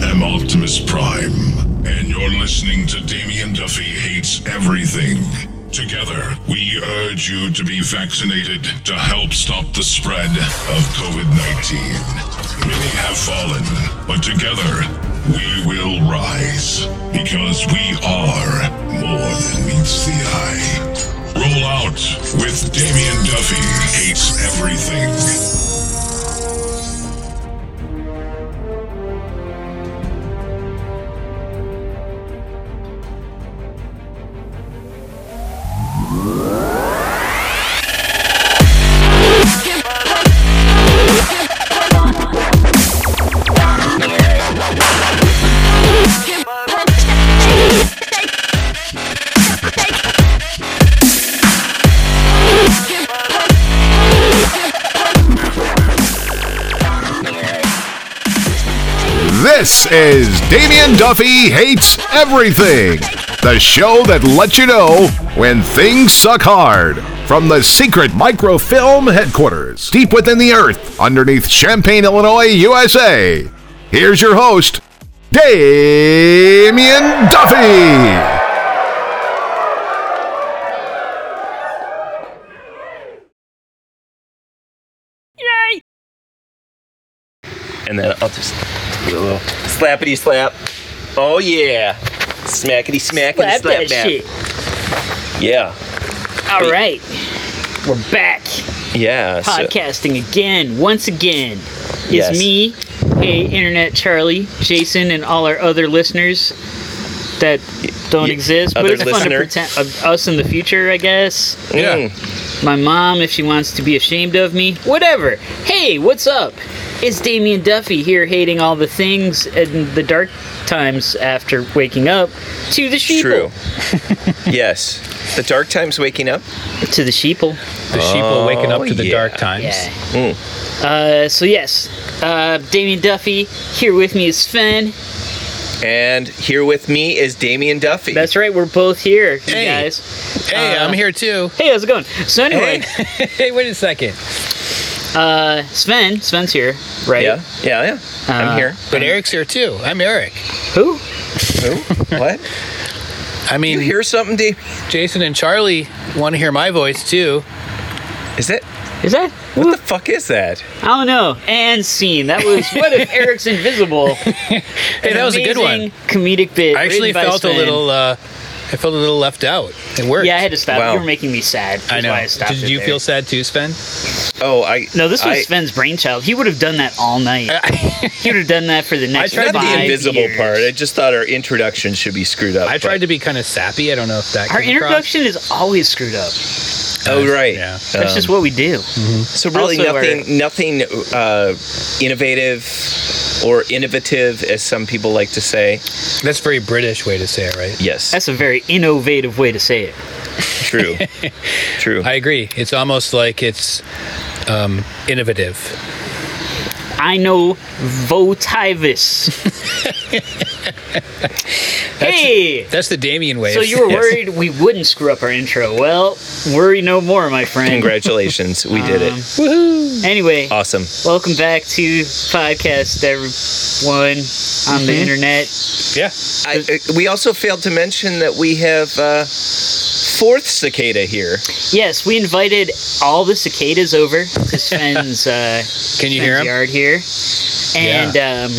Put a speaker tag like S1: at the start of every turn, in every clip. S1: I'm Optimus Prime, and you're listening to Damien Duffy Hates Everything. Together, we urge you to be vaccinated to help stop the spread of COVID 19. Many have fallen, but together, we will rise because we are more than meets the eye. Roll out with Damien Duffy Hates Everything.
S2: This is Damien Duffy Hates Everything, the show that lets you know when things suck hard. From the secret microfilm headquarters, deep within the earth, underneath Champaign, Illinois, USA, here's your host, Damien Duffy.
S3: Yay! And then I'll just do a little slappity slap. Oh yeah. Smackety smack and
S4: Slap that
S3: slap back.
S4: shit.
S3: Yeah.
S4: All right. We're back
S3: Yeah. so-
S4: podcasting again, once again. It's
S3: Yes.
S4: me, hey, Internet Charlie, Jason, and all our other listeners that don't
S3: y-
S4: exist. But
S3: other
S4: it's fun to
S3: listener.
S4: pretend of us in the future, I guess.
S3: Mm.
S4: My mom, if she wants to be ashamed of me, whatever. Hey, what's up? It's Damien Duffy here, hating all the things and the dark times after waking up to the sheeple.
S3: True. yes. The dark times waking up.
S4: To the sheeple.
S5: The sheep will waken up
S3: Oh,
S5: to the
S3: yeah.
S5: dark times.
S4: Yeah. Uh, so yes, uh, Damien Duffy here with me is Sven.
S3: And here with me is Damien Duffy.
S4: That's right, we're both here, you
S5: Hey.
S4: guys.
S5: Hey,
S4: Uh,
S5: I'm here too.
S4: Hey, how's it going? So anyway,
S5: hey, wait a second.
S4: uh, Sven, Sven's here, right?
S3: yeah. Yeah. Yeah.
S4: Uh,
S3: I'm here.
S5: But Eric's here too. I'm Eric.
S4: Who?
S3: Who? what?
S5: I mean,
S3: You hear something, D?
S5: Jason and Charlie want to hear my voice too.
S3: Is that?
S4: Is that?
S3: What the fuck is that?
S4: I don't know. And scene. That was what if Eric's invisible?
S5: Hey, that was a good one.
S4: Comedic bit.
S5: I actually
S4: written by
S5: felt a
S4: Sven.
S5: little. Uh, I felt a little left out. It worked.
S4: Yeah, I had to stop.
S3: Wow.
S4: You were making me sad. That's
S5: I know.
S4: Why I stopped
S5: Did
S4: it
S5: you
S4: there.
S5: feel sad too, Sven?
S3: Oh, I.
S4: No, this was
S3: I-
S4: Sven's brainchild. He would have done that all night. he would have done that for the
S3: I
S4: next.
S3: tried
S4: five
S3: the invisible
S4: years.
S3: part. I just thought our introduction should be screwed up.
S5: I
S3: but-
S5: tried to be kind of sappy. I don't know if that.
S4: Our
S5: came
S4: introduction is always screwed up.
S3: Oh right.
S5: Yeah.
S3: Um,
S4: That's just what we do.
S3: so really
S4: also
S3: nothing nothing uh, innovative or innovative as some people like to say.
S5: Across. That's a very British way to say it, right?
S3: Yes.
S4: That's a very innovative way to say it.
S3: true. true.
S5: I agree. It's almost like it's um, innovative.
S4: I know votivis. hey!
S5: That's the Damien way.
S4: So
S5: of
S4: you were
S5: saying it.
S4: worried we wouldn't screw up our intro. Well, worry no more, my friend.
S3: Congratulations. We did it.
S4: Anyway,
S3: Awesome.
S4: welcome back to podcast everyone on the internet.
S5: Yeah.
S3: I, I- Uh, we also failed to mention that we have uh, fourth cicada here.
S4: Yes, we invited all the cicadas over to Sven's uh,
S5: Can
S4: Sven's
S5: you hear him?
S4: yard here, and um,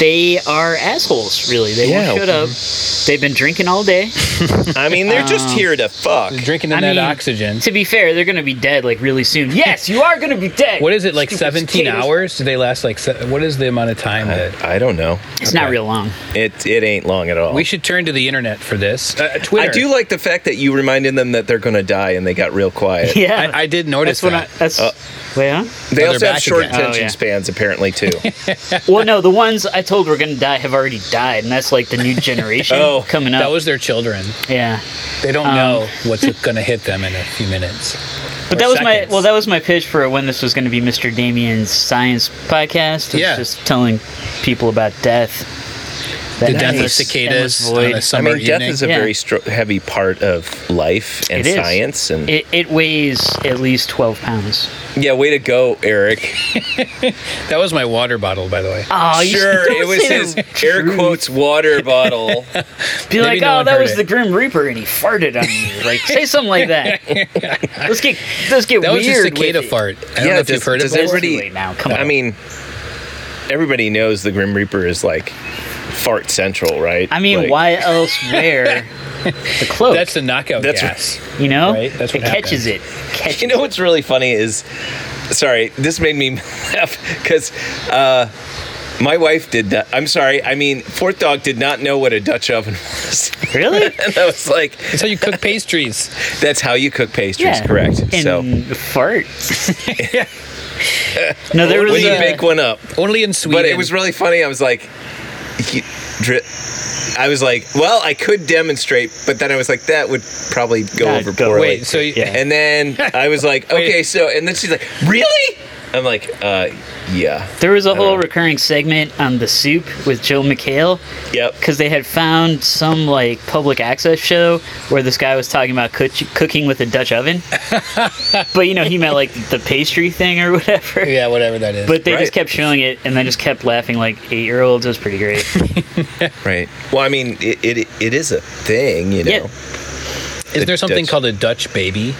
S4: they are assholes. Really, they
S3: Yeah.
S4: won't shut up.
S5: Mm-hmm.
S4: They've been drinking all day.
S3: I mean, they're just here to fuck.
S5: Drinking in
S4: I
S5: that
S4: mean,
S5: oxygen.
S4: To be fair, they're gonna be dead like really soon. Yes, you are gonna be dead.
S5: What is it like
S4: Stupid
S5: 17
S4: cicadas.
S5: hours? Do they last like se- what is the amount of time
S4: Uh,
S5: that
S3: I don't know.
S4: It's not real long.
S3: It it ain't long at all.
S5: we should turn to the internet for this? Uh, Twitter.
S3: I do like the fact that you reminded them that they're gonna die and they got real quiet.
S4: Yeah,
S5: I, Uh, I did notice
S4: that's what I.
S5: that.
S4: That's wait, huh?
S3: They
S5: Now
S3: also
S5: they're
S3: have
S5: back
S3: short
S5: again.
S4: Oh,
S3: attention
S4: yeah.
S3: spans apparently too.
S4: Well, no, the ones I told were gonna die have already died, and that's like the new generation
S3: Oh,
S4: coming up.
S5: that was their children.
S4: yeah.
S5: They
S4: Um,
S5: don't know what's going to hit them in a few minutes.
S4: But
S5: Or
S4: that was
S5: seconds.
S4: my well. That was my pitch for when this was going to be Mr. Damien's science podcast. was
S5: Yeah.
S4: just telling people about death.
S5: the
S4: Nice.
S5: death of
S4: And was
S5: cicadas
S4: void.
S5: on
S4: I
S5: a
S4: mean,
S5: summer
S3: I mean, death
S5: evening.
S3: is a
S4: Yeah.
S3: very stro- heavy part of life
S4: It
S3: and
S4: is.
S3: science. And
S4: It, it weighs at least 12 pounds.
S3: yeah, way to go, Eric.
S5: that was my water bottle, by the way.
S4: Oh, you
S3: sure,
S4: don't
S3: it was
S4: say
S3: his
S4: the
S3: air
S4: truth.
S3: quotes water bottle.
S4: Be
S5: Maybe
S4: like,
S5: no
S4: oh,
S5: one
S4: that
S5: heard
S4: was
S5: it."
S4: the Grim Reaper, and he farted on you. Like, say something like that. let's get let's get
S5: that was a
S4: weird.
S5: cicada
S4: with it.
S5: fart. I don't
S3: Yeah,
S5: know if
S3: does-
S5: you've heard it.
S3: does
S5: before.
S4: It's
S3: Everybody-
S4: too late now. Come on.
S3: I mean, everybody knows the Grim Reaper is like fart central, right?
S4: I mean,
S3: Like,
S4: why else wear the cloak?
S5: That's the knockout
S3: That's
S5: gas.
S4: you know,
S5: right, that's
S4: it
S5: what
S4: catches it. Catches
S3: You know what's really funny is, sorry, this made me laugh because uh, my wife did that. I'm sorry. I mean, Fort Dog did not know what a Dutch oven was,
S4: it. really.
S3: and I was like,
S5: That's how you cook pastries.
S3: "That's how you cook pastries, correct?"
S4: And
S3: so
S4: fart. no, there
S3: when
S4: was
S3: you
S4: a,
S3: bake one up,
S5: Only in Sweden.
S3: but it was really funny. I was like, you, dri- I was like, well, I could demonstrate, but then I was like, that would probably go
S4: That'd
S3: over
S4: go
S3: poorly.
S5: Wait, so you-
S4: Yeah.
S3: and then I was like, okay, so, and then she's like, really? I'm like, uh, yeah,
S4: there was a whole
S3: know.
S4: recurring segment on the soup with Joe McHale
S3: yep.
S4: because they had found some like public access show where this guy was talking about cook- cooking with a Dutch oven, but you know he meant like the pastry thing or whatever.
S5: yeah, whatever that is.
S4: But they
S3: Right.
S4: just kept showing it, and then just kept laughing like eight-year-olds. It was pretty great.
S3: Right. Well, I mean, it, it, it is a thing, you know.
S4: Yeah.
S5: is there something
S3: Dutch-
S5: called a Dutch baby?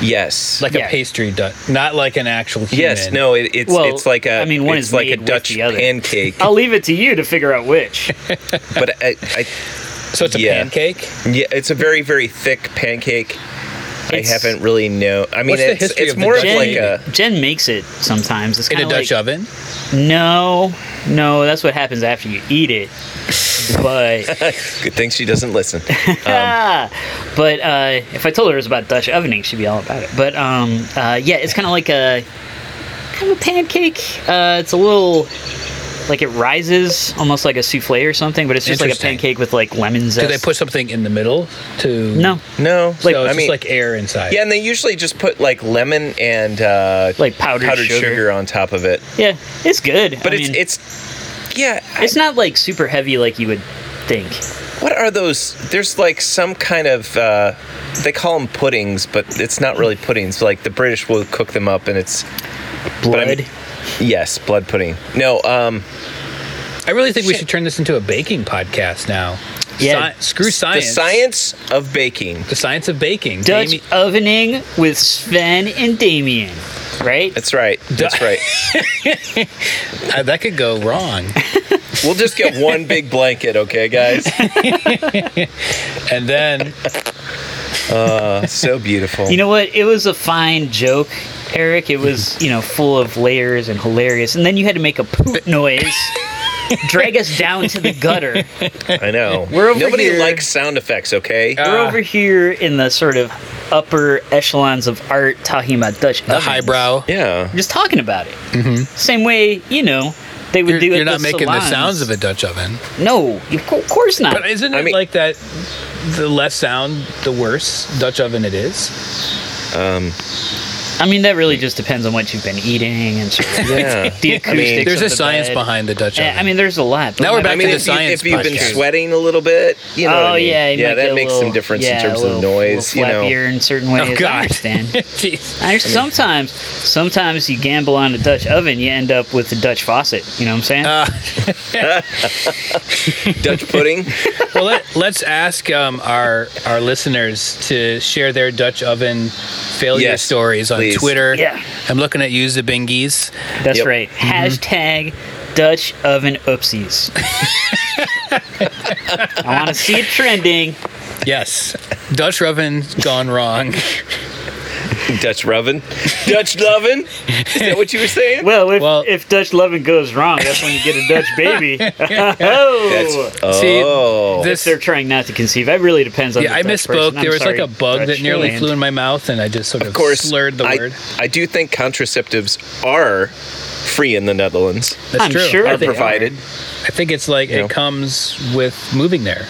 S3: Yes.
S5: Like
S4: Yeah.
S5: a pastry Dutch, not like an actual human.
S3: yes. No. It, it's
S4: Well,
S3: it's like a.
S4: I mean, one
S3: it's
S4: is
S3: like a
S4: made with
S3: Dutch
S4: the other. Oh.
S3: pancake,
S4: I'll leave it to you to figure out which.
S3: but I, I,
S5: So it's a
S3: Yeah.
S5: pancake.
S3: yeah, it's a very very thick pancake.
S4: It's-
S3: I haven't really know. I mean,
S5: What's the
S3: it's,
S5: history
S3: it's
S5: of the
S3: more of
S5: Dutch
S3: like uh,
S5: baby?
S3: a.
S4: Jen makes it sometimes. It's
S5: In
S4: kind
S5: a
S4: of
S5: Dutch
S4: like,
S5: oven?
S4: No, no, that's what happens after you eat it. But
S3: Good thing she doesn't listen.
S4: Ah, but uh, if I told her it was about Dutch ovening, she'd be all about it. But um, uh, yeah, it's kind of like a kind of a pancake. Uh, it's a little like it rises almost like a souffle or something, but it's just like a
S5: Interesting.
S4: pancake with like lemon
S5: Do
S4: zest.
S5: they put something in the middle to?
S4: no
S3: No,
S5: So it's
S3: I
S5: just
S3: mean,
S5: like air inside.
S3: yeah, and they usually just put like lemon and uh,
S4: like powdered,
S3: powdered
S4: sugar.
S3: sugar. on top of it.
S4: Yeah, it's good.
S3: But
S4: I
S3: it's
S4: mean,
S3: it's yeah. I-
S4: it's not like super heavy like you would think.
S3: what are those? There's like some kind of uh, they call them puddings, but it's not really puddings. Like the British will cook them up, and it's
S4: Blood.
S3: I mean- yes, blood pudding. No, um,
S5: I really think we should turn this into a baking podcast now.
S4: Yeah.
S5: Sci- screw
S3: the
S5: science.
S3: science of baking.
S5: The science of baking.
S4: Dutch
S5: Damien-
S4: ovening with Sven and Damien, right?
S3: That's right. That's right.
S5: Uh, that could go wrong.
S3: We'll just get one big blanket, okay, guys?
S5: and then
S3: Uh, so beautiful.
S4: You know what? It was a fine joke, Eric. It was, you know, full of layers and hilarious. And then you had to make a poop noise, drag us down to the gutter.
S3: I know.
S4: We're over
S3: Nobody
S4: here.
S3: likes sound effects, okay?
S4: We're
S5: Ah.
S4: over here in the sort of upper echelons of art talking about Dutch
S5: the
S4: ovens.
S5: highbrow.
S3: yeah.
S4: Just talking about it. Mm-hmm. Same way, you know, they would
S5: You're,
S4: do it.
S5: you're not making the
S4: salons.
S5: sounds of a Dutch oven.
S4: No, of co- course not.
S5: But isn't it
S3: I mean-
S5: like that? The less sound, the worse Dutch oven it is.
S4: I mean, that really just depends on what you've been eating and sort of
S3: Yeah.
S4: the acoustics.
S5: There's
S4: of
S5: a
S4: the
S5: science
S4: bed.
S5: behind the Dutch
S4: Yeah,
S5: oven.
S4: I mean, there's a lot. but
S5: Now we're
S4: my-
S5: back
S3: I mean,
S5: to
S3: if,
S5: the science
S3: you, have been
S5: podcast.
S3: sweating a little bit, you know.
S4: oh
S3: what I mean?
S4: yeah, you
S3: yeah,
S4: might
S3: that
S4: get a
S3: makes
S4: little-
S3: some difference
S4: yeah,
S3: in terms
S4: a little,
S3: of noise. You know,
S4: flappier in certain ways.
S5: oh
S4: I
S5: God.
S4: understand.
S5: Jeez.
S4: I understand. Sometimes, sometimes you gamble on a Dutch oven, you end up with a Dutch faucet. You know what I'm saying?
S3: Ah, Dutch pudding.
S5: well, let, let's ask um, our our listeners to share their Dutch oven failure
S3: Yes,
S5: stories on
S3: please.
S5: Twitter.
S4: Yeah.
S5: I'm looking at you, Zabingies.
S4: That's
S3: Yep.
S4: right. Hashtag Dutch oven oopsies. I want to see it trending.
S5: Yes, Dutch oven gone wrong.
S3: Dutch oven. Dutch lovin'. Is that what you were saying?
S4: Well, if,
S5: Well-
S4: if Dutch loving goes wrong, that's when you get a Dutch baby. oh.
S3: That's- oh.
S5: See,
S4: If
S5: this
S4: they're trying not to conceive. It really depends on.
S5: Yeah,
S4: the
S5: I
S4: Dutch
S5: misspoke.
S4: person. I'm
S5: There was
S4: sorry,
S5: like a bug
S4: Dutch
S5: that nearly
S4: land.
S5: flew in my mouth, and I just sort of,
S3: of course,
S5: slurred the
S3: I,
S5: word.
S3: I do think contraceptives are free in the Netherlands.
S5: That's
S4: I'm
S5: true.
S4: sure
S5: I
S3: Are
S4: they
S5: think,
S3: provided.
S5: I think it's like
S3: You know.
S5: it comes with moving there.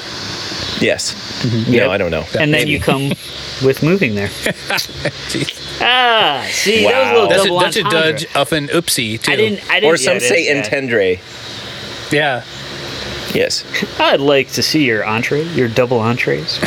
S3: Yes.
S4: Yep.
S3: No, I don't know.
S4: and then you come with moving there. ah, see, that was a little
S3: Wow.
S5: That's a,
S4: double
S5: that's a
S4: entendre.
S5: Dutch oven oopsie too.
S4: I didn't. I didn't.
S3: Or
S4: yeah,
S3: some
S4: it
S3: say
S4: is, yeah.
S3: intendre.
S5: Yeah.
S3: Yes.
S4: I'd like to see your entree, your double entrees.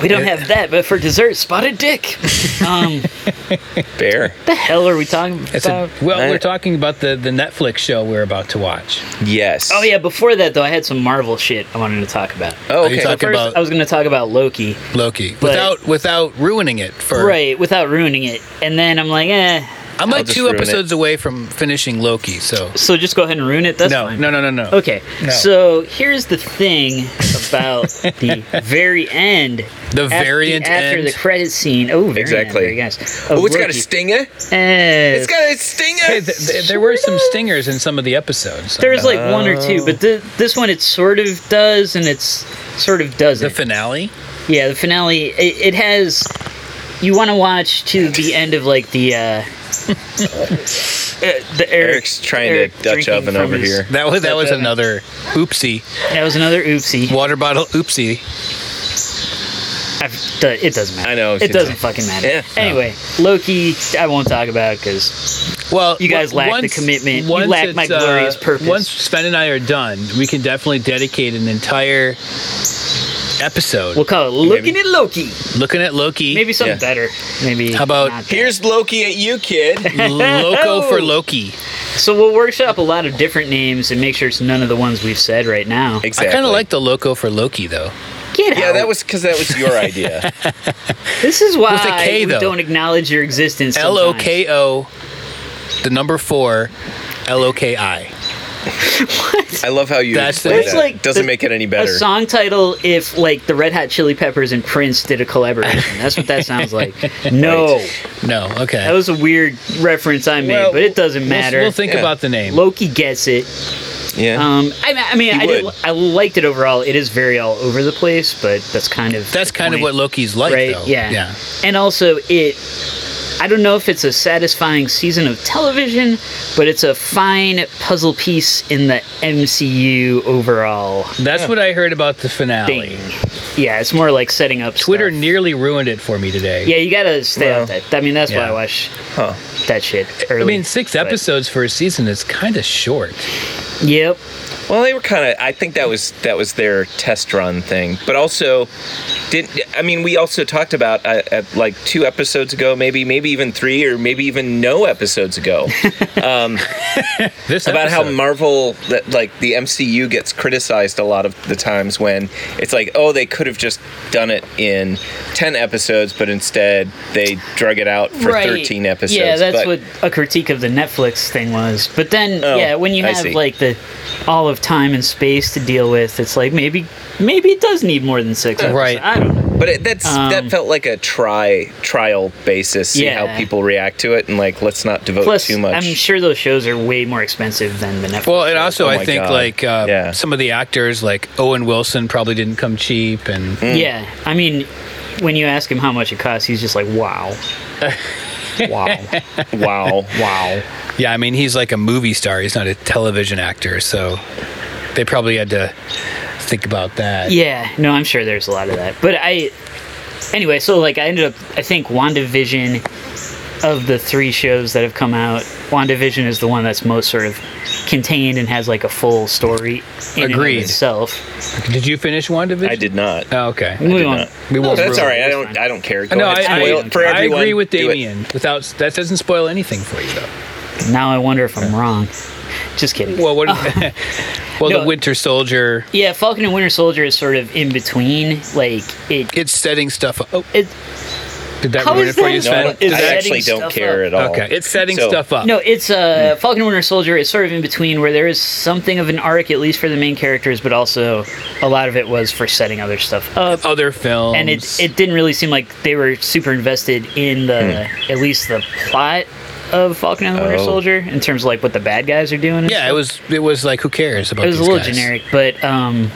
S4: we don't have that, but for dessert, spotted dick. Um,
S3: Bear.
S4: the hell are we talking
S5: It's a,
S4: about?
S5: well,
S3: I-
S5: we're talking about the, the Netflix show we're about to watch.
S3: Yes.
S4: Oh yeah, before that though, I had some Marvel shit I wanted to talk about.
S3: Oh,
S5: Are you
S3: okay.
S5: talking
S4: First,
S5: about
S4: I was going to talk about Loki,
S5: Loki without without ruining it for?
S4: right, without ruining it, and then I'm like, eh.
S5: I'm
S3: I'll
S5: like
S3: just
S5: two
S3: ruin it.
S5: episodes away from finishing Loki, so
S4: So just go ahead and ruin it. That's
S5: no,
S4: fine.
S5: no, no, no, no.
S4: Okay,
S5: No.
S4: so here's the thing about the very end.
S5: The
S4: After-
S5: variant
S4: after
S5: end.
S4: the credit scene. Oh, very
S3: Exactly.
S4: End, very nice.
S3: Oh, it's
S4: Loki.
S3: got a stinger.
S4: Eh,
S3: It's got a stinger.
S5: Hey, th- th- there were some stingers in some of the episodes.
S4: There's like one or two, but
S3: Oh.
S4: th- this one it sort of does and it's sort of
S5: the
S4: doesn't.
S5: finale.
S4: yeah, the finale it, it has. You want to watch to the end of like the. uh, uh the Eric,
S3: Eric's trying to
S4: Eric
S3: Dutch
S4: drinking
S3: oven
S4: from
S3: over
S4: his-
S3: here.
S5: That was that was
S4: That-
S5: another oopsie
S4: That was another oopsie.
S5: water bottle oopsie.
S4: I've, do- it doesn't matter.
S3: I know,
S4: It
S3: it's-
S4: doesn't fucking matter.
S3: Yeah.
S4: Anyway, Loki, I won't talk about because
S5: Well,
S4: You guys
S5: on-
S4: lack the commitment. You
S5: once
S4: lack my
S5: it's, uh,
S4: glorious purpose.
S5: Once Sven and I are done, we can definitely dedicate an entire episode
S4: we'll call it looking at Loki.
S5: looking at Loki.
S4: Maybe something
S3: Yeah.
S4: better. Maybe.
S5: How about-
S4: not that.
S3: Here's Loki at you, kid.
S5: Loco for Loki.
S4: So we'll workshop a lot of different names and make sure it's none of the ones we've said right now.
S3: Exactly.
S5: I kind of like the Loco for Loki though.
S4: Get
S3: Yeah,
S4: out.
S3: that was because that was your idea.
S4: This is why
S5: With a K,
S4: we
S5: though.
S4: don't acknowledge your existence.
S5: L O
S4: sometimes.
S5: K O, the number four, L O K I.
S3: I love how you.
S5: That's the-
S3: explained
S5: That's
S3: that.
S4: like
S3: doesn't
S4: the-
S3: make it any
S4: A
S3: better.
S4: song title if like the Red Hot Chili Peppers and Prince did a collaboration. That's what that sounds like. No,
S5: No, okay.
S4: that was a weird reference I made,
S3: Well,
S4: but it doesn't
S5: We'll-
S4: matter.
S5: We'll, think
S3: Yeah.
S5: about the name.
S4: Loki gets it.
S3: Yeah.
S4: Um, I, mean- I mean,
S3: He
S4: I, did,
S3: would.
S4: I liked it overall. It is very all over the place, but that's kind of
S5: That's
S4: the
S5: kind of
S4: point.
S5: what Loki's like,
S4: right?
S5: though.
S4: Yeah.
S5: yeah.
S4: And also, it. I don't know if it's a satisfying season of television, but it's a fine puzzle piece in the MCU overall
S5: That's what I heard about the finale.
S4: thing. Yeah, it's more like setting up
S5: Twitter
S4: Stuff.
S5: nearly ruined it for me today.
S4: Yeah, you gotta stay
S3: Well,
S4: off that. I mean, that's why
S5: yeah.
S4: I watch
S3: huh.
S4: that shit
S5: I
S4: early.
S5: mean, six
S4: but-
S5: episodes for a season is kind of short.
S4: Yep.
S3: Well, they were kind of. I think that was that was their test run thing. But also, did I mean we also talked about uh, at like two episodes ago, maybe maybe even three or maybe even no episodes ago,
S5: This
S3: about how
S5: episode-
S3: Marvel that like the MCU gets criticized a lot of the times when it's like oh they could have just done it in ten episodes, but instead they drug it out for thirteen episodes.
S4: Yeah, that's
S3: But-
S4: what a critique of the Netflix thing was. But then,
S3: Oh,
S4: yeah, when you
S3: I
S4: have
S3: see.
S4: like the all of time and space to deal with, it's like maybe maybe it does need more than six. episodes.
S5: Right.
S4: I don't know.
S3: But it, that's
S4: Um,
S3: that felt like a try trial basis. See
S4: Yeah.
S3: how people react to it, and like let's not devote
S4: Plus,
S3: too much.
S4: I'm sure those shows are way more expensive than the Netflix.
S5: Well, and also
S3: Oh
S5: I
S3: my
S5: think
S3: God.
S5: like uh,
S3: Yeah.
S5: some of the actors, like Owen Wilson, probably didn't come cheap, and
S3: Mm.
S4: yeah, I mean, when you ask him how much it costs, he's just like, "Wow, wow,
S3: wow.
S4: wow."
S5: yeah, I mean he's like a movie star. He's not a television actor, so they probably had to think about that.
S4: Yeah, no, I'm sure there's a lot of that. But I, anyway, so like I ended up, I think WandaVision, of the three shows that have come out, WandaVision is the one that's most sort of contained and has like a full story in and of
S5: Agreed.
S4: itself.
S5: Did you finish WandaVision?
S3: I did not.
S5: Oh, okay.
S4: We
S3: not.
S4: won't.
S5: We won't.
S3: that's all
S5: ruin it.
S3: right. I don't. I don't care. Go
S5: No, I,
S3: ahead, spoil
S5: I,
S3: it for
S5: I
S3: everyone.
S5: agree with
S3: Do it.
S5: Damien. Without that doesn't spoil anything for you though.
S4: Now I wonder if I'm wrong. Just kidding.
S5: Well, what? well,
S4: Oh. No.
S5: the Winter Soldier.
S4: yeah, Falcon and Winter Soldier is sort of in between. Like it,
S5: It's setting stuff up. Oh,
S4: it
S5: did that
S4: How
S5: ruin it
S4: is
S5: for
S4: that
S5: you,
S4: a-
S3: No, I,
S5: Sven?
S4: Setting-
S3: don't- I
S4: setting
S3: actually don't
S4: stuff
S3: care
S4: up.
S3: at all.
S5: Okay, it's setting
S3: So-
S5: stuff up.
S4: No, it's uh, Falcon and Winter Soldier is sort of in between where there is something of an arc, at least for the main characters, but also a lot of it was for setting other stuff up.
S5: other films.
S4: And it, it didn't really seem like they were super invested in the
S5: Hmm.
S4: at least the plot of Falcon and the Winter
S3: Oh.
S4: Soldier in terms of like what the bad guys are doing. and
S5: yeah, it
S4: stuff.
S5: was it was like who cares about
S4: it was a
S5: these
S4: little
S5: guys?
S4: generic, but um,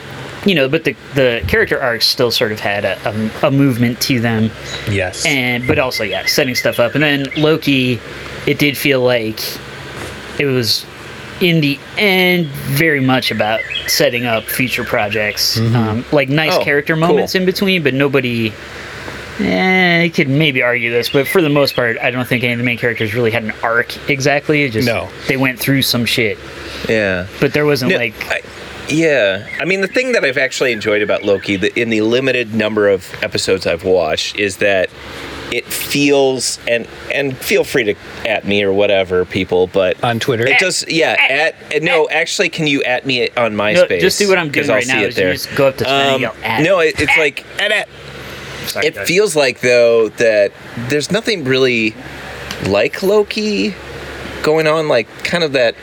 S4: you know, but the the character arcs still sort of had a, a, a movement to them
S5: Yes,
S4: and but also yeah setting stuff up and then loki it did feel like it was in the end very much about setting up future projects um, like nice
S3: Oh,
S4: character
S3: cool.
S4: moments in between but nobody Eh, I could maybe argue this, but for the most part, I don't think any of the main characters really had an arc exactly. It just
S5: No.
S4: they went through some shit.
S3: Yeah.
S4: but there wasn't
S3: No,
S4: like
S3: I, yeah. I mean, the thing that I've actually enjoyed about Loki, the, in the limited number of episodes I've watched, is that it feels and and feel free to at me or whatever people, but
S4: Uh,
S5: on Twitter.
S3: it does. Yeah. At, no, actually, can you at me on
S4: no,
S3: MySpace?
S4: just do what I'm doing
S3: 'Cause I'll
S4: right
S3: see
S4: now.
S3: it
S4: is you
S3: there.
S4: just go up to Sven and
S3: Um,
S4: yell, "At."
S3: no, it, it's like
S4: Sorry,
S3: it
S4: guys.
S3: feels like though that there's nothing really like Loki going on like kind of that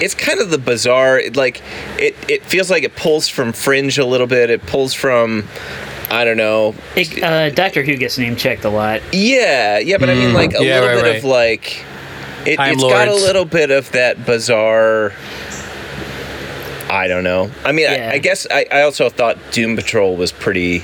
S3: it's kind of the bizarre it, like it it feels like it pulls from fringe a little bit it pulls from I don't know
S4: It- uh, Doctor Who gets name checked a lot.
S3: yeah yeah but I
S4: Hmm.
S3: mean like a
S5: yeah,
S3: little
S5: right,
S3: bit of
S5: right.
S3: like it,
S5: Time
S3: it's got a
S5: Lords.
S3: little bit of that bizarre I don't know I mean
S4: Yeah.
S3: I, I guess I, I also thought Doom Patrol was pretty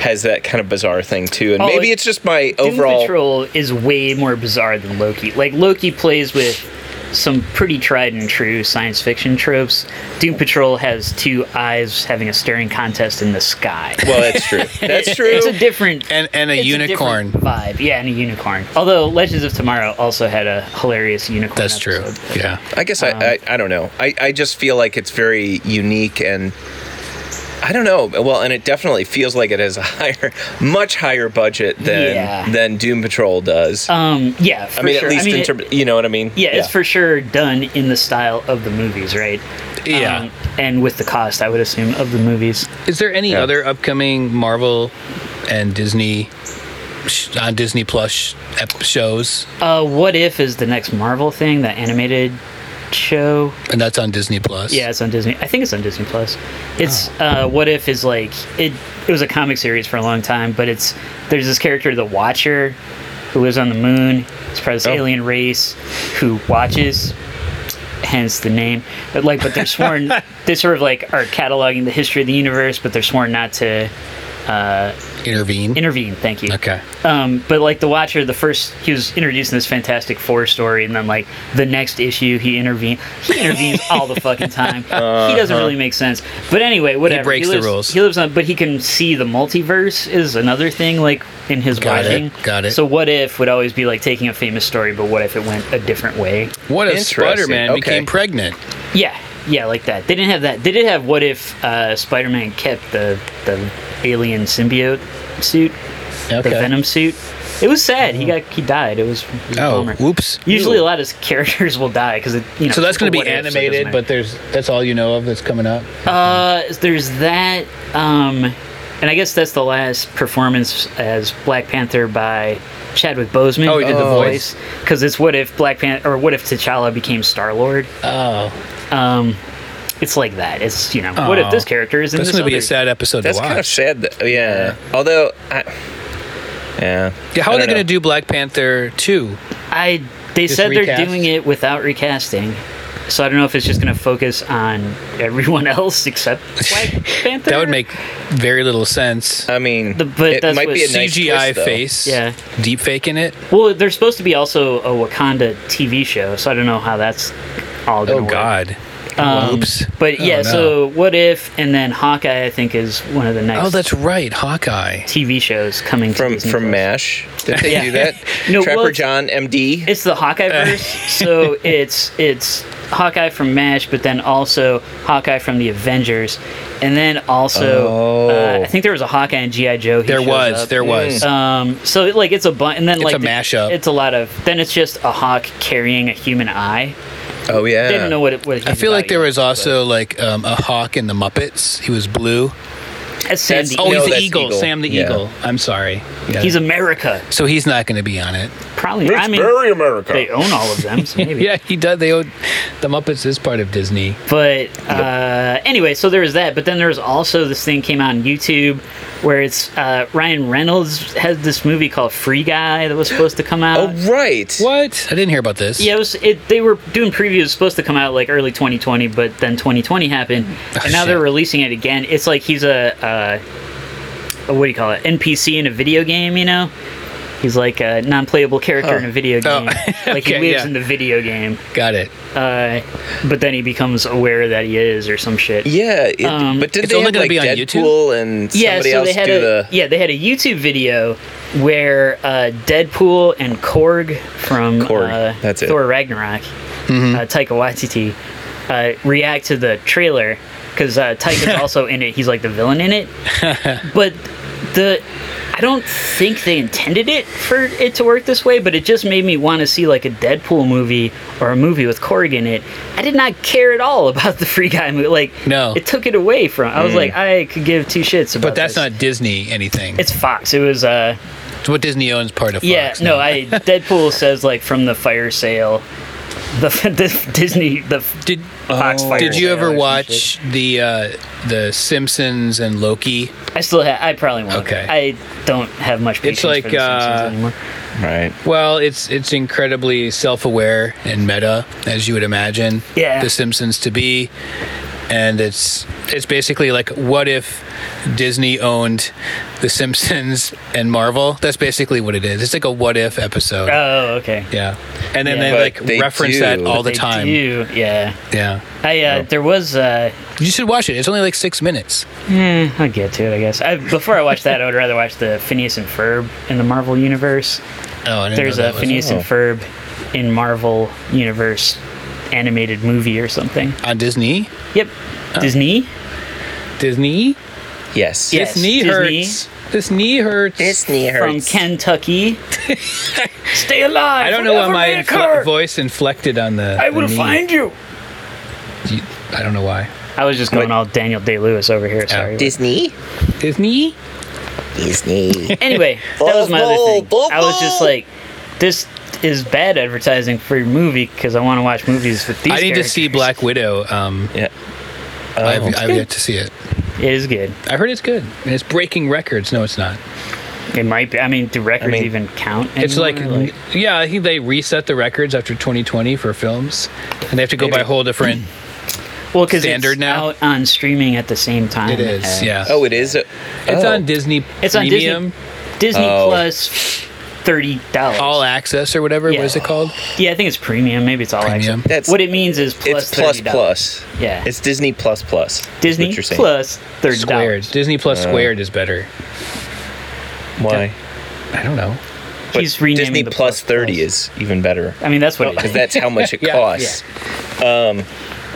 S3: has that kind of bizarre thing too and
S4: Oh,
S3: maybe
S4: it-
S3: it's just my
S4: Doom
S3: overall
S4: Patrol is way more bizarre than Loki. Like Loki plays with some pretty tried and true science fiction tropes. Doom Patrol has two eyes having a staring contest in the sky.
S3: Well, that's true. That's true.
S4: It's a different
S5: and and a
S4: it's different
S5: unicorn.
S4: vibe. Yeah, and a unicorn. Although Legends of Tomorrow also had a hilarious unicorn.
S5: That's true.
S4: episode.
S5: Yeah.
S3: I guess
S4: Um.
S3: I, I I don't know. I, I just feel like it's very unique and I don't know. Well, and it definitely feels like it has a higher, much higher budget than
S4: Yeah.
S3: than Doom Patrol does.
S4: Um, yeah, for
S3: I mean,
S4: sure.
S3: at least in
S4: it-
S3: terms, you know what I mean?
S4: yeah, it's for sure done in the style of the movies, right?
S5: Yeah.
S4: Um, and with the cost, I would assume, of the movies.
S5: Is there any
S3: Yeah.
S5: other upcoming Marvel and Disney sh- on Disney Plus sh- ep- shows?
S4: Uh, what if is the next Marvel thing, that animated show?
S5: And that's on Disney Plus.
S4: Yeah, it's on Disney. I think it's on Disney Plus. It's uh, what if is like it. It was a comic series for a long time, but it's there's this character, the Watcher, who lives on the moon. It's part of this
S3: Oh.
S4: alien race who watches. Hence the name, but like, but they're sworn. they sort of like are cataloging the history of the universe, but they're sworn not to
S5: Intervene.
S4: intervene. Thank you.
S5: okay.
S4: Um, but like the Watcher, the first he was introduced in this Fantastic Four story, and then like the next issue he intervened. He intervenes all the fucking time. He doesn't really make sense. But anyway, whatever.
S5: Uh-huh. breaks the
S4: lives,
S5: rules.
S4: He lives on, but he can see the multiverse is another thing. Like in his
S5: Got it,
S4: watching.
S5: got it.
S4: So what if would always be like taking a famous story, but what if it went a different way?
S5: What if
S3: Interesting.
S5: Spider-Man
S3: Okay.
S5: became pregnant?
S4: Yeah, yeah, like that. They didn't have that. They did have what if uh, Spider-Man kept the the alien symbiote suit
S5: Okay.
S4: the Venom suit. It was sad. He got he died. It was, it was a
S5: Oh,
S4: bummer.
S5: whoops.
S4: Usually, a lot of characters will die because it. You know,
S5: So that's going to be
S4: what ifs, so it
S5: animated, but
S4: doesn't
S5: there's that's all you know of that's coming up.
S4: matter. uh, there's that. Um, and I guess that's the last performance as Black Panther by Chadwick Boseman.
S5: Oh, he did the Oh. voice.
S4: Because it's what if Black Panther or what if T'Challa became Star Lord?
S5: Oh,
S4: Um, it's like that. It's you know what if
S5: Oh.
S4: this character is in
S5: that's
S4: this
S5: going to be a
S4: other-
S5: sad episode
S3: That's
S5: to watch.
S3: kind of sad. Though. Yeah. Although, I, yeah.
S5: yeah, how
S3: I
S5: are they
S3: don't
S5: going to
S3: know.
S5: do Black Panther two?
S4: I they
S5: Just
S4: said
S5: recast?
S4: they're doing it without recasting. So I don't know if it's just going to focus on everyone else except Black Panther.
S5: That would make very little sense.
S4: Uh,
S3: I mean,
S4: The- but
S3: it
S4: that's
S3: might
S4: what-
S3: be a nice
S5: CGI
S3: twist, though.
S5: face,
S4: Yeah.
S5: deep faking it.
S4: Well, there's supposed to be also a Wakanda TV show, so I don't know how that's all going
S5: Oh God.
S4: Um,
S5: Oops.
S4: But
S5: Oh,
S4: yeah,
S5: no.
S4: so what if and then Hawkeye I think is one of the next
S5: Oh, that's right, Hawkeye.
S4: TV shows coming
S3: from
S4: to Disney
S3: from
S4: Plus.
S3: Mash. Did they
S4: Yeah.
S3: do that?
S4: No,
S3: Trapper
S4: well, it's-
S3: John, MD.
S4: It's the Hawkeye
S5: Uh,
S4: verse, so it's it's Hawkeye from Mash, but then also Hawkeye from the Avengers, and then also uh,
S3: Oh.
S4: I think there was a Hawkeye and GI Joe. he
S5: There
S4: shows
S5: was,
S4: up.
S5: there was.
S4: Um, so it, like it's a bunch, and then like
S5: a mashup.
S4: It's a lot of. Then it's just a hawk carrying a human eye.
S3: oh yeah.
S4: Didn't know what it. What it
S5: I feel like there was also like um, a hawk in the Muppets. He was blue.
S4: That's Sam
S3: That's-
S4: the
S5: Oh,
S4: Eagle.
S5: he's
S3: No,
S5: the
S3: that's
S5: eagle.
S3: Eagle.
S5: Sam the
S3: Yeah.
S5: eagle. I'm sorry. Yeah.
S4: He's America.
S5: so he's not going to be on it.
S4: Probably. I mean,
S3: America.
S4: they own all of them. So maybe.
S5: Yeah, he does. They owe the Muppets is part of Disney.
S4: But uh, anyway, so there was that. But then there was also this thing came out on YouTube where it's uh, Ryan Reynolds has this movie called Free Guy that was supposed to come out.
S3: Oh right.
S5: What? I didn't hear about this.
S4: Yeah, it was, it, they were doing previews. It was supposed to come out like early 2020, but then 2020 happened, and now
S5: Oh, shit.
S4: they're releasing it again. It's like he's a, uh a what do you call it? NPC in a video game, you know? He's like a non-playable character in a video
S5: Oh.
S4: game. Like he
S5: Okay,
S4: lives
S5: yeah.
S4: in the video game,
S5: Got it.
S4: uh, but then he becomes aware that he is or some shit.
S3: Yeah, it, but did
S5: It's
S3: they
S5: only
S3: have
S5: gonna
S3: like
S5: be on YouTube?
S3: Deadpool and somebody else
S4: Um, they had
S3: do
S4: a,
S3: the?
S4: yeah they had a YouTube video where uh, Deadpool and Korg from
S3: Korg,
S4: uh,
S3: that's it. Mm-hmm.
S4: Thor Ragnarok, uh, Taika Waititi, uh, react to the trailer because uh, Tyker's also in it. He's like the villain in it, but the I don't think they intended it for it to work this way. But it just made me want to see like a Deadpool movie or a movie with Korg in it. I did not care at all about the Free Guy movie. Like
S5: No.
S4: it took it away from.
S3: Mm.
S4: I was like, I could give two shits about.
S5: But that's
S4: this.
S5: not Disney anything. It's,
S4: It's Fox. It was uh
S5: what Disney owns part of Fox.
S4: yeah, no, I Deadpool says like from the fire sale, the, the Disney the
S5: Did
S4: Fox fire.
S5: Did you
S4: sale or
S5: ever
S4: some
S5: watch
S4: shit.
S5: the uh, the Simpsons and Loki?
S4: I still have. I probably won't.
S5: Okay.
S4: I don't have much patience
S5: It's like,
S4: for the Simpsons
S5: uh,
S4: anymore.
S3: Right.
S5: Well, it's it's incredibly self-aware and meta, as you would imagine.
S4: Yeah.
S5: The Simpsons to be, and it's it's basically like what if Disney owned the Simpsons and Marvel? That's basically what it is. It's like a what if episode.
S4: Oh, okay.
S5: yeah, and then
S4: Yeah.
S5: they
S3: But
S5: like
S3: they
S5: reference
S3: do.
S5: that all the
S4: They
S5: time.
S4: do, yeah.
S5: Yeah,
S4: I uh, there was. Uh,
S5: you should watch it. It's only like six minutes.
S4: I'll get to it, I guess. I, before I watch that, I would rather watch the Phineas and Ferb in the Marvel universe.
S5: Oh, I didn't
S4: There's
S5: know
S4: a
S5: that was-
S4: Phineas and Ferb in Marvel universe animated movie or something.
S5: on Disney.
S4: Yep.
S5: Oh.
S4: Disney.
S5: Disney.
S3: Yes.
S4: Yeah.
S5: This knee
S4: Disney.
S5: hurts. This knee hurts.
S3: Disney
S4: From Kentucky. Stay alive.
S5: I don't know why
S4: forever,
S5: my infle-
S4: Rancor!
S5: voice inflected on the.
S4: I
S5: the
S4: will
S5: knee.
S4: find you.
S5: You- I don't know why.
S4: I was just going all Daniel Day Lewis over here. Sorry.
S5: Oh.
S3: Disney.
S5: Disney.
S3: Disney.
S4: anyway, that was my other thing. I was just like, this is bad advertising for your movie because I want to watch movies with these.
S5: I need to
S4: characters.
S5: see Black Widow. Um,
S3: yeah. Oh.
S5: I've, I've yet to see it.
S4: It is good.
S5: I heard it's good and it's breaking records. No, it's not.
S4: It might be. I mean, do records
S3: mean,
S4: even count?
S5: It's
S4: anymore?
S5: like, yeah, I think they reset the records after 2020 for films, and they have to go by a whole different.
S4: well, because
S5: standard
S4: it's
S5: now?
S4: out on streaming at the same time.
S5: It is,
S4: as-
S5: yeah.
S3: Oh, it is. A,
S5: It's
S3: oh.
S5: on Disney.
S4: It's on
S5: Premium,
S4: Disney. Disney
S3: Oh.
S4: Plus thirty dollars.
S5: All Access or whatever.
S4: Yeah.
S5: What is it called?
S4: Yeah, I think it's premium. Maybe it's all
S5: Premium.
S4: premium.
S3: That's-
S4: what it means is plus
S3: It's plus
S4: $30.
S3: plus.
S4: Yeah.
S3: It's Disney plus plus. is what
S4: Disney
S3: you're saying.
S4: plus thirty
S5: Squared.
S4: dollars.
S5: Disney
S3: Uh.
S5: Plus Squared is better.
S3: Why?
S5: I don't know.
S3: But
S4: He's renaming
S3: Disney
S4: the plus
S3: plus thirty
S4: plus.
S3: is even better.
S4: I mean, that's what it
S3: because
S4: is.
S3: that's how much it
S5: Yeah,
S3: costs. Um,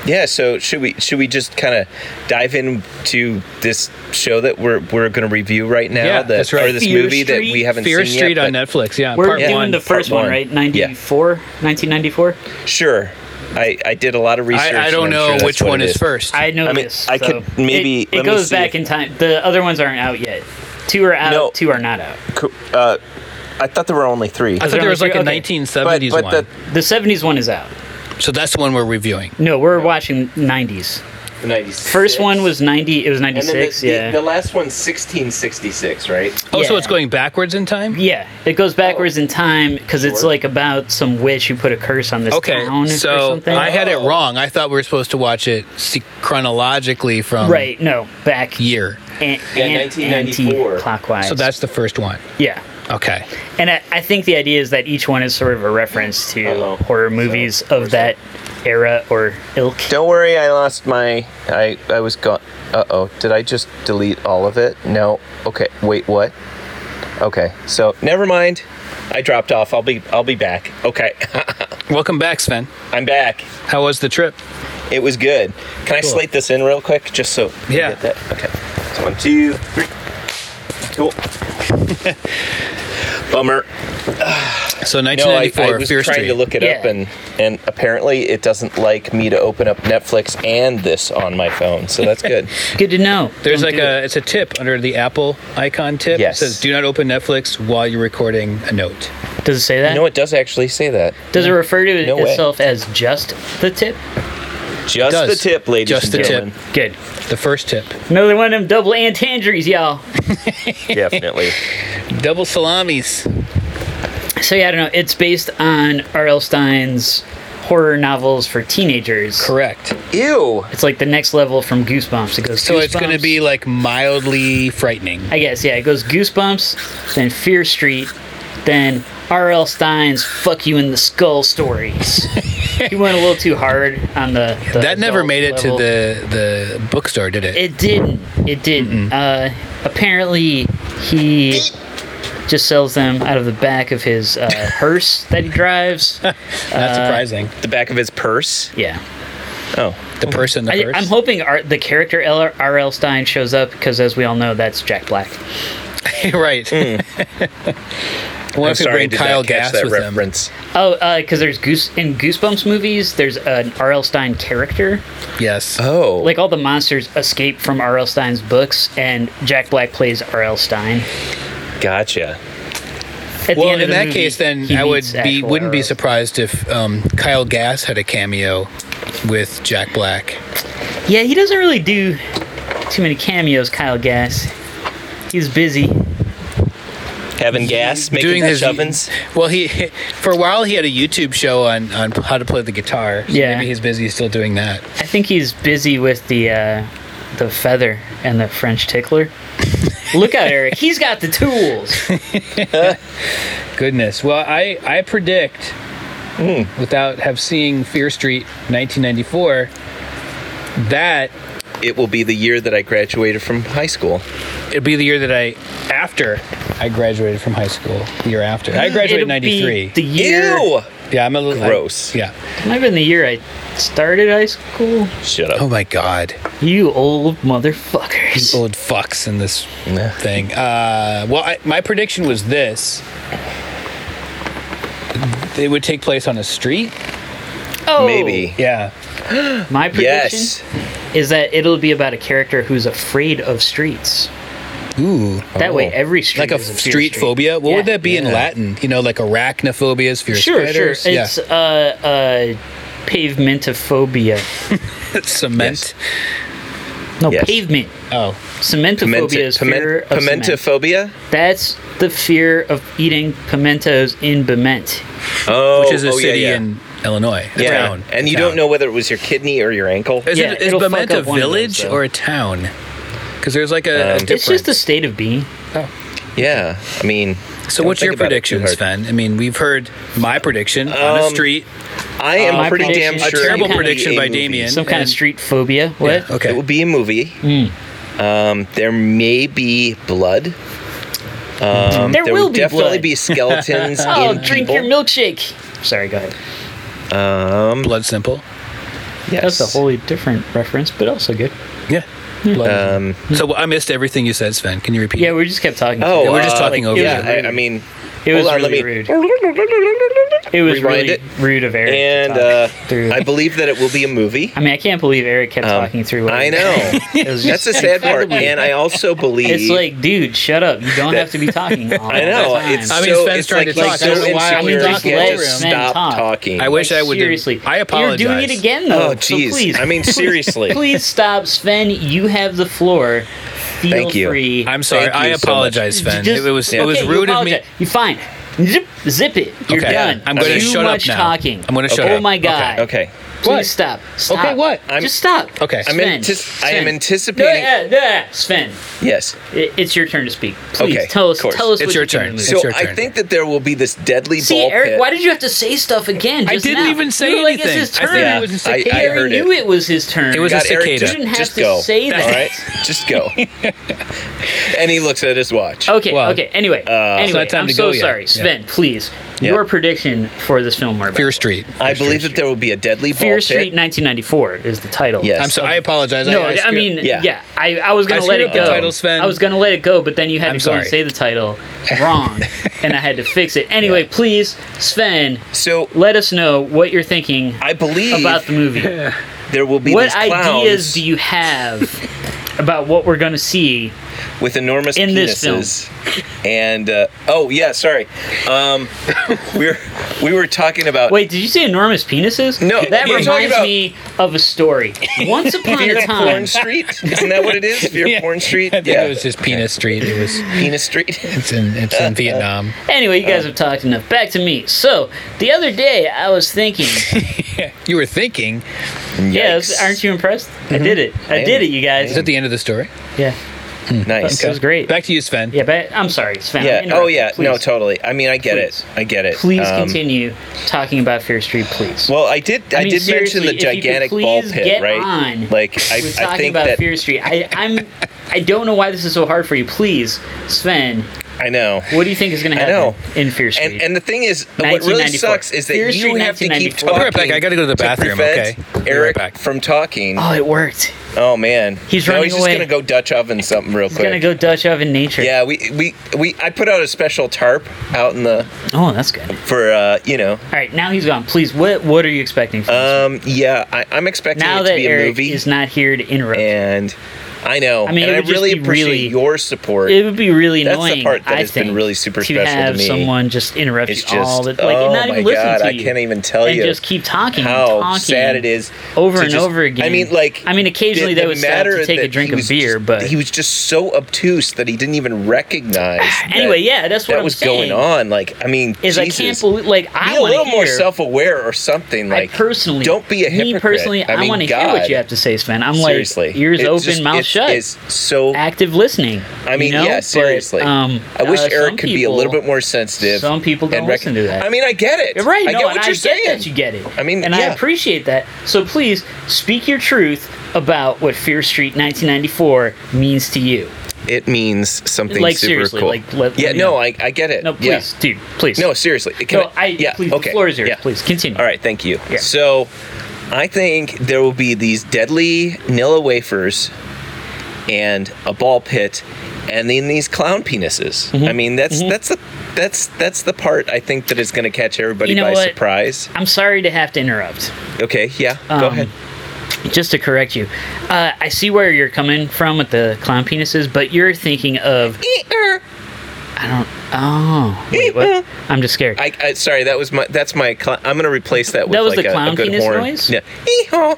S3: yeah. So should we should we just kind of dive into this show that we're we're going to review right now?
S5: Yeah,
S3: that,
S5: that's right.
S3: Or this
S4: Fear
S3: movie that we
S4: Street-
S3: haven't
S5: Fear
S3: seen
S5: Street
S3: yet.
S5: on
S3: but-
S5: Netflix. Yeah,
S4: We're
S5: part
S4: doing
S5: one.
S4: the first one,
S3: part one.
S4: right?
S3: Yeah.
S4: 94? 1994?
S3: Sure. I, I did a lot of research.
S5: I, I don't
S3: and I'm sure
S5: know
S3: that's
S5: which
S3: what
S5: one
S3: it
S5: is first.
S4: I know
S3: I mean,
S4: this.
S3: I
S4: so-
S3: could maybe-
S4: It,
S3: let
S4: it
S3: me
S4: goes
S3: see
S4: back
S3: if-
S4: in time. The other ones aren't out yet. Two are out,
S3: No.
S4: two are not out.
S3: Co- Uh, I thought there were only three.
S5: I thought there was like a
S4: Okay.
S5: 1970s
S3: But- but
S5: one.
S4: The 70s one is out.
S5: so that's the one we're reviewing.
S4: No, we're watching 90s.
S3: The 96.
S4: First one was 90, it was 96, yeah.
S3: last one's 1666, right?
S5: Oh, so
S4: Yeah.
S5: it's going backwards in time?
S4: yeah, it goes backwards in time because it's
S3: Sure.
S4: like about some witch who put a curse on this
S5: Okay,
S4: town or
S5: so
S4: something.
S5: I had it wrong. I thought we were supposed to watch it se- chronologically from
S4: right, no, back
S5: year.
S4: an,
S3: Yeah,
S4: an-
S3: 1994.
S4: anti-clockwise.
S5: So that's the first one.
S4: yeah.
S5: Okay.
S4: And I, I think the idea is that each one is sort of a reference to
S3: Uh-oh.
S4: horror movies of that era or ilk.
S3: Don't worry, I lost my. I I was gone. Uh oh. Did I just delete all of it? No. Okay. Wait. What? Okay. So never mind. I dropped off. I'll be I'll be back. Okay.
S5: Welcome back, Sven.
S3: I'm back.
S5: How was the trip?
S3: It was good. Can I slate this in real quick, just so you
S5: Yeah.
S3: get that? Okay. So one, two, three. Cool. Bummer.
S5: So
S3: No, I,
S5: 1994,
S3: I was
S5: Fear
S3: trying
S5: Street.
S3: to look it up,
S4: Yeah.
S3: and and apparently it doesn't like me to open up Netflix and this on my phone, so that's good.
S4: Good to know.
S5: There's
S4: Don't
S5: like
S4: do
S5: a
S4: it.
S5: it's a tip under the Apple icon tip.
S3: Yes.
S5: It says do not open Netflix while you're recording a note.
S4: Does it say that?
S3: you know, it does actually say that.
S4: Does it refer to
S3: No way.
S4: itself as just the tip?
S3: Just
S5: does.
S3: the tip, ladies
S5: Just
S3: and
S5: the tip.
S3: gentlemen.
S4: Good.
S5: The first tip.
S4: Another one of them double entendries, y'all.
S3: Definitely.
S5: Double salamis.
S4: So yeah, I don't know. It's based on R.L. Stein's horror novels for teenagers.
S5: Correct.
S3: Ew.
S4: It's like the next level from Goosebumps. It goes.
S5: So it's going to
S4: Goosebumps,
S5: be like mildly frightening.
S4: I guess yeah. It goes Goosebumps, then Fear Street, then R.L. Stein's "Fuck You in the Skull" stories. he went a little too hard on the. the
S5: that never
S4: adult
S5: made it
S4: level.
S5: to the the bookstore, did it?
S4: It didn't. It didn't. Uh, apparently, he just sells them out of the back of his uh, hearse that he drives. uh,
S5: Not surprising.
S3: The back of his purse.
S4: Yeah.
S3: Oh,
S5: The person, the
S4: mhm. I,
S5: person.
S4: I'm hoping our, the character L- R.L. Stein shows up because, as we all know, that's Jack Black.
S5: right. I wonder
S3: I'm
S5: if we
S3: Hmm. sorry,
S5: bring
S3: did
S5: Kyle
S3: not catch
S5: Gass
S3: that
S5: with them.
S3: reference.
S4: Oh, because there's Goose in Goosebumps movies. There's an R.L. Stein character.
S5: Yes.
S3: Oh,
S4: Like all the monsters escape from R.L. Stein's books, and Jack Black plays R.L. Stein.
S3: gotcha.
S4: At
S5: well,
S4: the end
S5: in
S4: of the
S5: that
S4: movie,
S5: case, then
S4: he
S5: I would
S4: meets
S5: be
S4: actual
S5: wouldn't be
S4: R.L.
S5: surprised if um, Kyle Gass had a cameo with Jack Black.
S4: Yeah, he doesn't really do too many cameos, Kyle Gass. He's busy.
S3: Having gas, making
S5: doing his
S3: ovens.
S5: Well, he for a while he had a YouTube show on on how to play the guitar. So
S4: Yeah.
S5: maybe he's busy still doing that.
S4: I think he's busy with the uh, the feather and the French tickler. Look out, Eric. He's got the tools.
S5: Goodness. Well, I I predict without have seeing Fear Street 1994 that
S3: It will be the year that I graduated from high school.
S5: it'd be the year that I after I graduated from high school. The year after I graduated in
S4: It'll be
S5: '93.
S4: The year.
S3: Ew!
S5: yeah, I'm a little I-
S3: Gross.
S5: yeah.
S4: Might have been the year I started high school.
S3: Shut up.
S5: Oh my god.
S4: You old motherfuckers.
S5: old fucks in this
S3: Yeah.
S5: thing. Uh, well, I, my prediction was this: it would take place on a street.
S4: Oh,
S3: Maybe.
S5: Yeah,
S4: My prediction
S3: Yes.
S4: is that it'll be about a character who's afraid of streets.
S5: ooh,
S4: That way, every street
S5: Oh. like a
S4: is
S5: f-
S4: fear
S5: street, phobia. What
S4: Yeah.
S5: would that be in Latin? You know, like arachnophobia is fear of
S4: Sure,
S5: spiders.
S4: sure.
S5: Yeah,
S4: It's uh, uh, pavementophobia.
S5: cement.
S4: No,
S3: Yes.
S4: pavement.
S5: Oh,
S4: Cementophobia
S3: Pimento-
S4: is fear
S3: pimen-
S4: of cement.
S3: Pimentophobia?
S4: That's the fear of eating pimentos in Bement.
S3: Oh,
S5: which is a
S3: oh,
S5: city
S3: yeah, yeah.
S5: in Illinois. A
S3: yeah.
S5: town.
S3: And
S5: A
S3: you
S5: town.
S3: don't know whether it was your kidney or your ankle.
S5: Is
S4: Yeah,
S5: it is
S4: it'll fuck up
S5: Bement a
S4: one of those,
S5: village
S4: though.
S5: or a town? Because there's like a, a
S3: Um,
S5: difference.
S4: It's just a state of being.
S3: yeah. I mean,
S5: so
S3: don't
S5: what's
S3: think
S5: your
S3: about it too
S5: predictions,
S3: hard.
S5: Fen? I mean, we've heard my prediction on a
S3: Um,
S5: street.
S3: I am
S4: my
S3: pretty damn
S4: prediction-
S3: sure.
S4: A
S3: it
S4: terrible
S3: will be
S5: prediction
S3: a
S5: by
S3: movie.
S5: Damien.
S4: Some kind
S5: and-
S4: of street phobia. What?
S5: Okay. Hmm.
S3: It will be a movie. Um, there may be blood. Um,
S4: There will be
S3: definitely
S4: blood.
S3: be skeletons
S4: Oh,
S3: in
S4: drink
S3: people.
S4: your milkshake. Sorry, go ahead.
S3: Um,
S5: Blood simple.
S3: yes.
S4: That's a wholly different reference, but also good.
S5: Yeah. Blood
S3: Um,
S5: Simple. so I missed everything you said, Sven. Can you repeat?
S4: Hmm. Yeah,
S5: it?
S4: we just kept talking.
S3: oh,
S5: Yeah, we're just talking
S3: uh,
S5: over
S3: Yeah,
S5: it.
S3: I, I mean,
S4: it was
S3: hold on,
S4: really
S3: let me-
S4: rude. It was
S3: Rewind
S4: really
S3: it.
S4: rude of Eric.
S3: and
S4: to talk
S3: uh,
S4: through.
S3: I believe that it will be a movie.
S4: I mean, I can't believe Eric kept
S3: Um,
S4: talking through. What
S3: I
S4: he-
S3: know.
S4: It was just
S3: That's the sad part.
S4: incredibly-
S3: And I also believe
S4: It's like, dude, shut up. You don't have to be talking. All
S3: I know.
S4: The time.
S3: It's
S5: I mean,
S3: so,
S5: Sven's
S3: it's
S5: trying
S3: like
S5: to
S3: you're
S5: talk. I
S3: so
S5: don't know why I'm
S3: insecure. you
S5: talking.
S3: can't
S5: Let
S3: just
S4: men
S3: stop
S4: talk.
S3: talking.
S5: I wish I would.
S4: seriously.
S5: I apologize.
S4: You're doing it again, though.
S3: Oh,
S4: so
S3: jeez.
S4: please,
S3: I mean, seriously.
S4: please stop, Sven. You have the floor. Feel
S3: Thank you.
S4: free.
S5: I'm sorry.
S3: Thank
S5: I
S3: you so
S5: apologize, Sven.
S4: Just-
S5: it was
S4: okay,
S5: it was
S4: you
S5: rude of me.
S4: apologize. You fine. Zip, zip it. You're
S5: Okay.
S4: done.
S5: I'm gonna
S4: Too
S5: shut up
S4: much
S5: now.
S4: talking.
S5: I'm gonna shut
S4: Oh
S5: up.
S4: my god.
S3: okay.
S4: Please stop. Stop.
S5: Okay, what?
S3: I'm-
S4: Just stop.
S5: Okay. I'm
S4: Sven.
S3: antici- I am
S4: Sven.
S3: anticipating-
S4: No, yeah, yeah. Sven,
S3: Yes.
S4: it, it's your turn to speak. Please
S3: Okay,
S4: tell us.
S3: of course.
S4: Tell us.
S5: It's
S4: what
S5: your
S4: you did
S5: turn.
S4: in the
S5: It's
S4: movie.
S3: So
S5: your
S3: I
S5: turn.
S3: think that there will be this deadly
S4: See,
S3: ball
S4: Eric,
S3: pit.
S4: why did you have to say stuff again?
S5: I
S4: just
S5: didn't
S4: now?
S5: even say
S4: You were like, it's
S5: anything.
S4: his
S5: I
S4: turn.
S5: said
S3: Yeah,
S5: it was a
S3: I-
S5: cicada.
S3: I
S4: Harry
S3: heard
S4: knew
S3: it.
S4: it. was his turn.
S5: It was a
S3: God, Eric,
S5: cicada.
S3: just-
S4: You didn't have
S3: just
S4: to
S3: go.
S4: say that.
S3: All right, just go. and he looks at his watch.
S4: Okay.
S5: Well, uh,
S4: okay. Anyway.
S5: it's
S4: anyway,
S5: not time
S4: I'm
S5: to
S4: so
S5: go yet.
S4: sorry,
S5: Yeah.
S4: Sven. Please, your prediction for this film, Marvel.
S5: Fear Street.
S3: I believe that there will be a deadly ball
S4: Fear
S3: pit.
S4: Street, 1994 is the title.
S3: Yes.
S5: I'm so. I apologize.
S4: No,
S5: I,
S4: I,
S5: screwed-
S4: mean, yeah.
S3: yeah.
S4: I, I was gonna
S5: I
S4: let
S5: screwed
S4: it
S5: up the
S4: go.
S5: title, Sven.
S4: I was gonna let it go, but then you had
S5: I'm
S4: to go and
S5: sorry.
S4: say the title wrong, and I had to fix it. Anyway, please, Sven,
S3: So
S4: let us know what you're thinking
S3: I believe
S4: about the movie.
S3: there will be
S4: What
S3: these clowns
S4: ideas do you have about what we're going to see?
S3: with enormous
S4: in
S3: penises.
S4: this film?
S3: And uh, oh yeah, sorry. Um, we were we were talking about
S4: Wait, did you say enormous penises?
S3: No,
S4: that
S3: you're talking
S4: reminds
S3: about-
S4: me of a story. Once upon
S3: Fear
S4: a
S3: of
S4: Time,
S3: Porn Street. Isn't that what it is? Fear
S5: Yeah.
S3: of Porn Street.
S5: I think it was just Penis Street. It was.
S3: Penis Street.
S5: It's in. It's in Vietnam.
S4: Anyway, you
S3: Oh.
S4: guys have talked enough. Back to me. So the other day, I was thinking.
S5: You were thinking.
S4: yes, aren't you impressed? I
S3: Mm-hmm.
S4: did it. I
S3: am.
S4: did it, you
S5: Is
S4: guys.
S5: that the end of the story?
S4: Yeah,
S3: Nice.
S4: that was great.
S5: Back to you, Sven.
S4: yeah, but I'm sorry, it's fine.
S3: Yeah. Oh yeah. No,
S4: Please.
S3: totally. I mean, I get
S4: Please.
S3: it. I get it.
S4: Please
S3: Um,
S4: continue talking about Fear Street, please.
S3: Well, I did. I,
S4: mean,
S3: did mention
S4: seriously,
S3: the
S4: if you could
S3: gigantic ball
S4: please
S3: pit,
S4: get
S3: right?
S4: on
S3: Like, I,
S4: We're
S3: I
S4: talking
S3: think
S4: about
S3: that
S4: Fear Street. I, I'm, I don't know why this is so hard for you. Please, Sven,
S3: I know.
S4: What do you think is going to
S3: I
S4: happen
S3: know.
S4: in Fear Street?
S3: And, and the thing is, what really
S4: 1994.
S3: sucks is that
S4: Fear
S3: you
S4: Street,
S3: have to keep
S4: 1994.
S3: talking.
S4: I'll
S5: be right back. I gotta go to the bathroom,
S3: prevent
S5: okay? I'll be right
S3: Eric
S5: back.
S3: from talking.
S4: oh, it worked.
S3: Oh man,
S4: He's
S3: now
S4: running
S3: he's
S4: away.
S3: just gonna go Dutch oven something real
S4: He's
S3: quick.
S4: going to go Dutch oven nature.
S3: yeah, we, we we I put out a special tarp out in the
S4: Oh, that's good. All
S3: for uh you know
S4: right, now he's gone. Please, what what are you expecting from this?
S3: um yeah I, I'm expecting
S4: Now
S3: it to
S4: that
S3: be a
S4: Eric
S3: movie
S4: is not here to interrupt,
S3: and I know
S4: I mean,
S3: and
S4: it
S3: I
S4: would just
S3: really
S4: be
S3: appreciate
S4: really-
S3: your support.
S4: it would be really
S3: That's the
S4: annoying.
S3: part that
S4: I
S3: has been
S4: think,
S3: really super
S4: to
S3: special to
S4: have
S3: me.
S4: someone just interrupt
S3: it's
S4: you
S3: just
S4: all the like,
S3: oh
S4: and not even
S3: my
S4: listen
S3: god
S4: to
S3: I
S4: you,
S3: can't even tell
S4: and
S3: you
S4: just keep talking, and
S3: how
S4: talking
S3: sad it is
S4: over
S3: to
S4: and
S3: just-
S4: over again.
S3: I mean, like
S4: I mean, occasionally
S3: the-
S4: they
S3: the
S4: would stop to
S3: matter
S4: take a
S3: that
S4: drink
S3: he
S4: of
S3: was
S4: beer,
S3: just-
S4: but-
S3: he was just so obtuse that he didn't even recognize.
S4: Anyway,
S3: that-
S4: yeah, that's what
S3: that
S4: I'm
S3: was
S4: saying.
S3: going on. Like, I mean,
S4: Is I
S3: Jesus.
S4: can't believe like I
S3: be a
S4: wanna
S3: little more
S4: hear-
S3: self-aware or something. Like,
S4: I personally
S3: don't be a hypocrite.
S4: Me personally, I,
S3: mean,
S4: want to
S3: God,
S4: hear what you have to say, Sven. I'm
S3: seriously.
S4: like ears
S3: It's
S4: open,
S3: just-
S4: mouth
S3: it's-
S4: shut,
S3: It's so.
S4: active listening.
S3: I mean,
S4: you know?
S3: yeah,
S4: But,
S3: seriously.
S4: um,
S3: I wish
S4: uh,
S3: Eric
S4: some
S3: could be a little
S4: people-
S3: bit more sensitive.
S4: some people don't
S3: and rec-
S4: listen to that.
S3: I mean, I get it.
S4: You're Right,
S3: I
S4: no,
S3: get
S4: and
S3: what
S4: I
S3: you're
S4: get
S3: saying.
S4: That you get it.
S3: I mean,
S4: and I
S3: yeah.
S4: appreciate that. So please speak your truth about what Fear Street 1994 means to you.
S3: it means something
S4: Like,
S3: super
S4: seriously,
S3: cool.
S4: like, let- let
S3: yeah,
S4: me
S3: no,
S4: know.
S3: I, I get it.
S4: No,
S3: Yeah.
S4: please, dude, please.
S3: No, seriously. Can
S4: no, I,
S3: yeah,
S4: please,
S3: okay.
S4: the floor is yours.
S3: Yeah.
S4: Please continue.
S3: All right, thank you.
S4: Yeah.
S3: So, I think there will be these deadly Nilla wafers and a ball pit, and then these clown penises.
S4: Mm-hmm.
S3: I mean, that's that's the that's that's the part I think that is going to catch everybody
S4: You know
S3: by
S4: what?
S3: surprise.
S4: I'm sorry to have to interrupt.
S3: Okay, yeah, go
S4: Um,
S3: ahead.
S4: Just to correct you, uh, I see where you're coming from with the clown penises, but you're thinking of I don't. Oh, wait, what? I'm just scared.
S3: I, I sorry, that was my that's my cl- I'm going to replace that with
S4: That was
S3: like
S4: the
S3: a, a
S4: clown
S3: good
S4: penis
S3: horn.
S4: noise?
S3: Yeah. Ee-haw.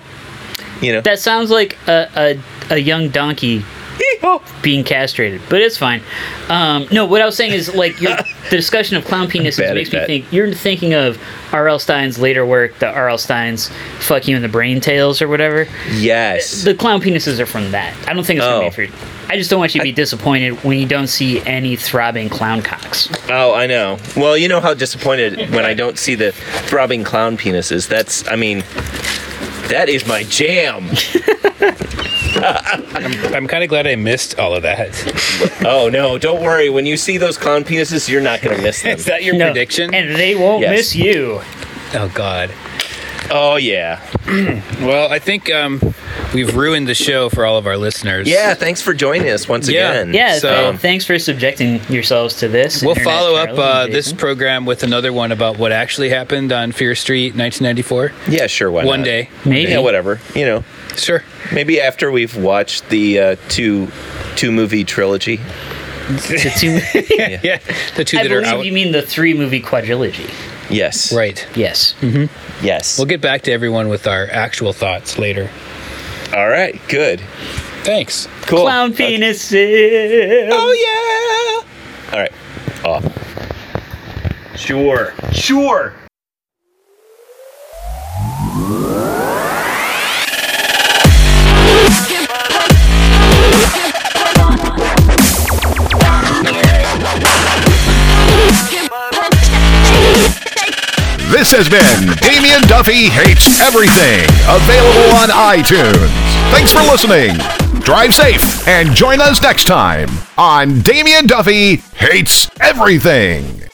S3: You know.
S4: that sounds like a, a, a young donkey
S3: Ee-haw.
S4: being castrated, but it's fine. Um, no, what I was saying is like your, the discussion of clown penises
S3: bad
S4: makes
S3: at
S4: me
S3: that.
S4: think you're thinking of R.L. Stein's later work, the R.L. Stein's "Fuck You in the Brain Tales" or whatever.
S3: yes.
S4: Uh, The clown penises are from that. I don't think it's
S3: Oh.
S4: gonna be a fruit. I just don't want you to be disappointed when you don't see any throbbing clown cocks.
S3: Oh, I know. Well, you know how disappointed when I don't see the throbbing clown penises. That's, I mean, that is my jam.
S5: I'm kind of glad I missed all of that.
S3: oh no, don't worry. When you see those clown penises, you're not gonna miss them.
S5: Is that your
S4: No,
S5: prediction?
S4: and they won't
S3: Yes.
S4: miss you.
S5: oh God.
S3: oh yeah.
S5: Well, I think um, we've ruined the show for all of our listeners.
S3: Yeah. Thanks for joining us once
S5: Yeah.
S3: again.
S4: Yeah,
S5: So-
S4: th- thanks for subjecting yourselves to this.
S5: We'll
S4: Internet
S5: follow up
S4: Charlie
S5: uh,
S4: and
S5: this
S4: Jason.
S5: program with another one about what actually happened on Fear Street 1994.
S3: Yeah. Sure. Why
S5: One
S3: not?
S5: day.
S4: Maybe.
S3: Yeah. Whatever. You know.
S5: Sure.
S3: Maybe after we've watched the uh, two two movie trilogy.
S4: The two-
S5: Yeah. The two
S4: I
S5: that are out.
S4: believe you mean the three movie quadrilogy.
S3: Yes.
S5: right.
S4: Yes.
S3: Yes.
S5: We'll get back to everyone with our actual thoughts later.
S3: All right. Good.
S5: Thanks.
S3: Cool.
S4: Clown
S3: Okay.
S4: penises.
S3: Oh yeah. All right. Off. Sure. Sure.
S2: This has been Damien Duffy Hates Everything, available on iTunes. Thanks for listening. Drive safe and join us next time on Damien Duffy Hates Everything.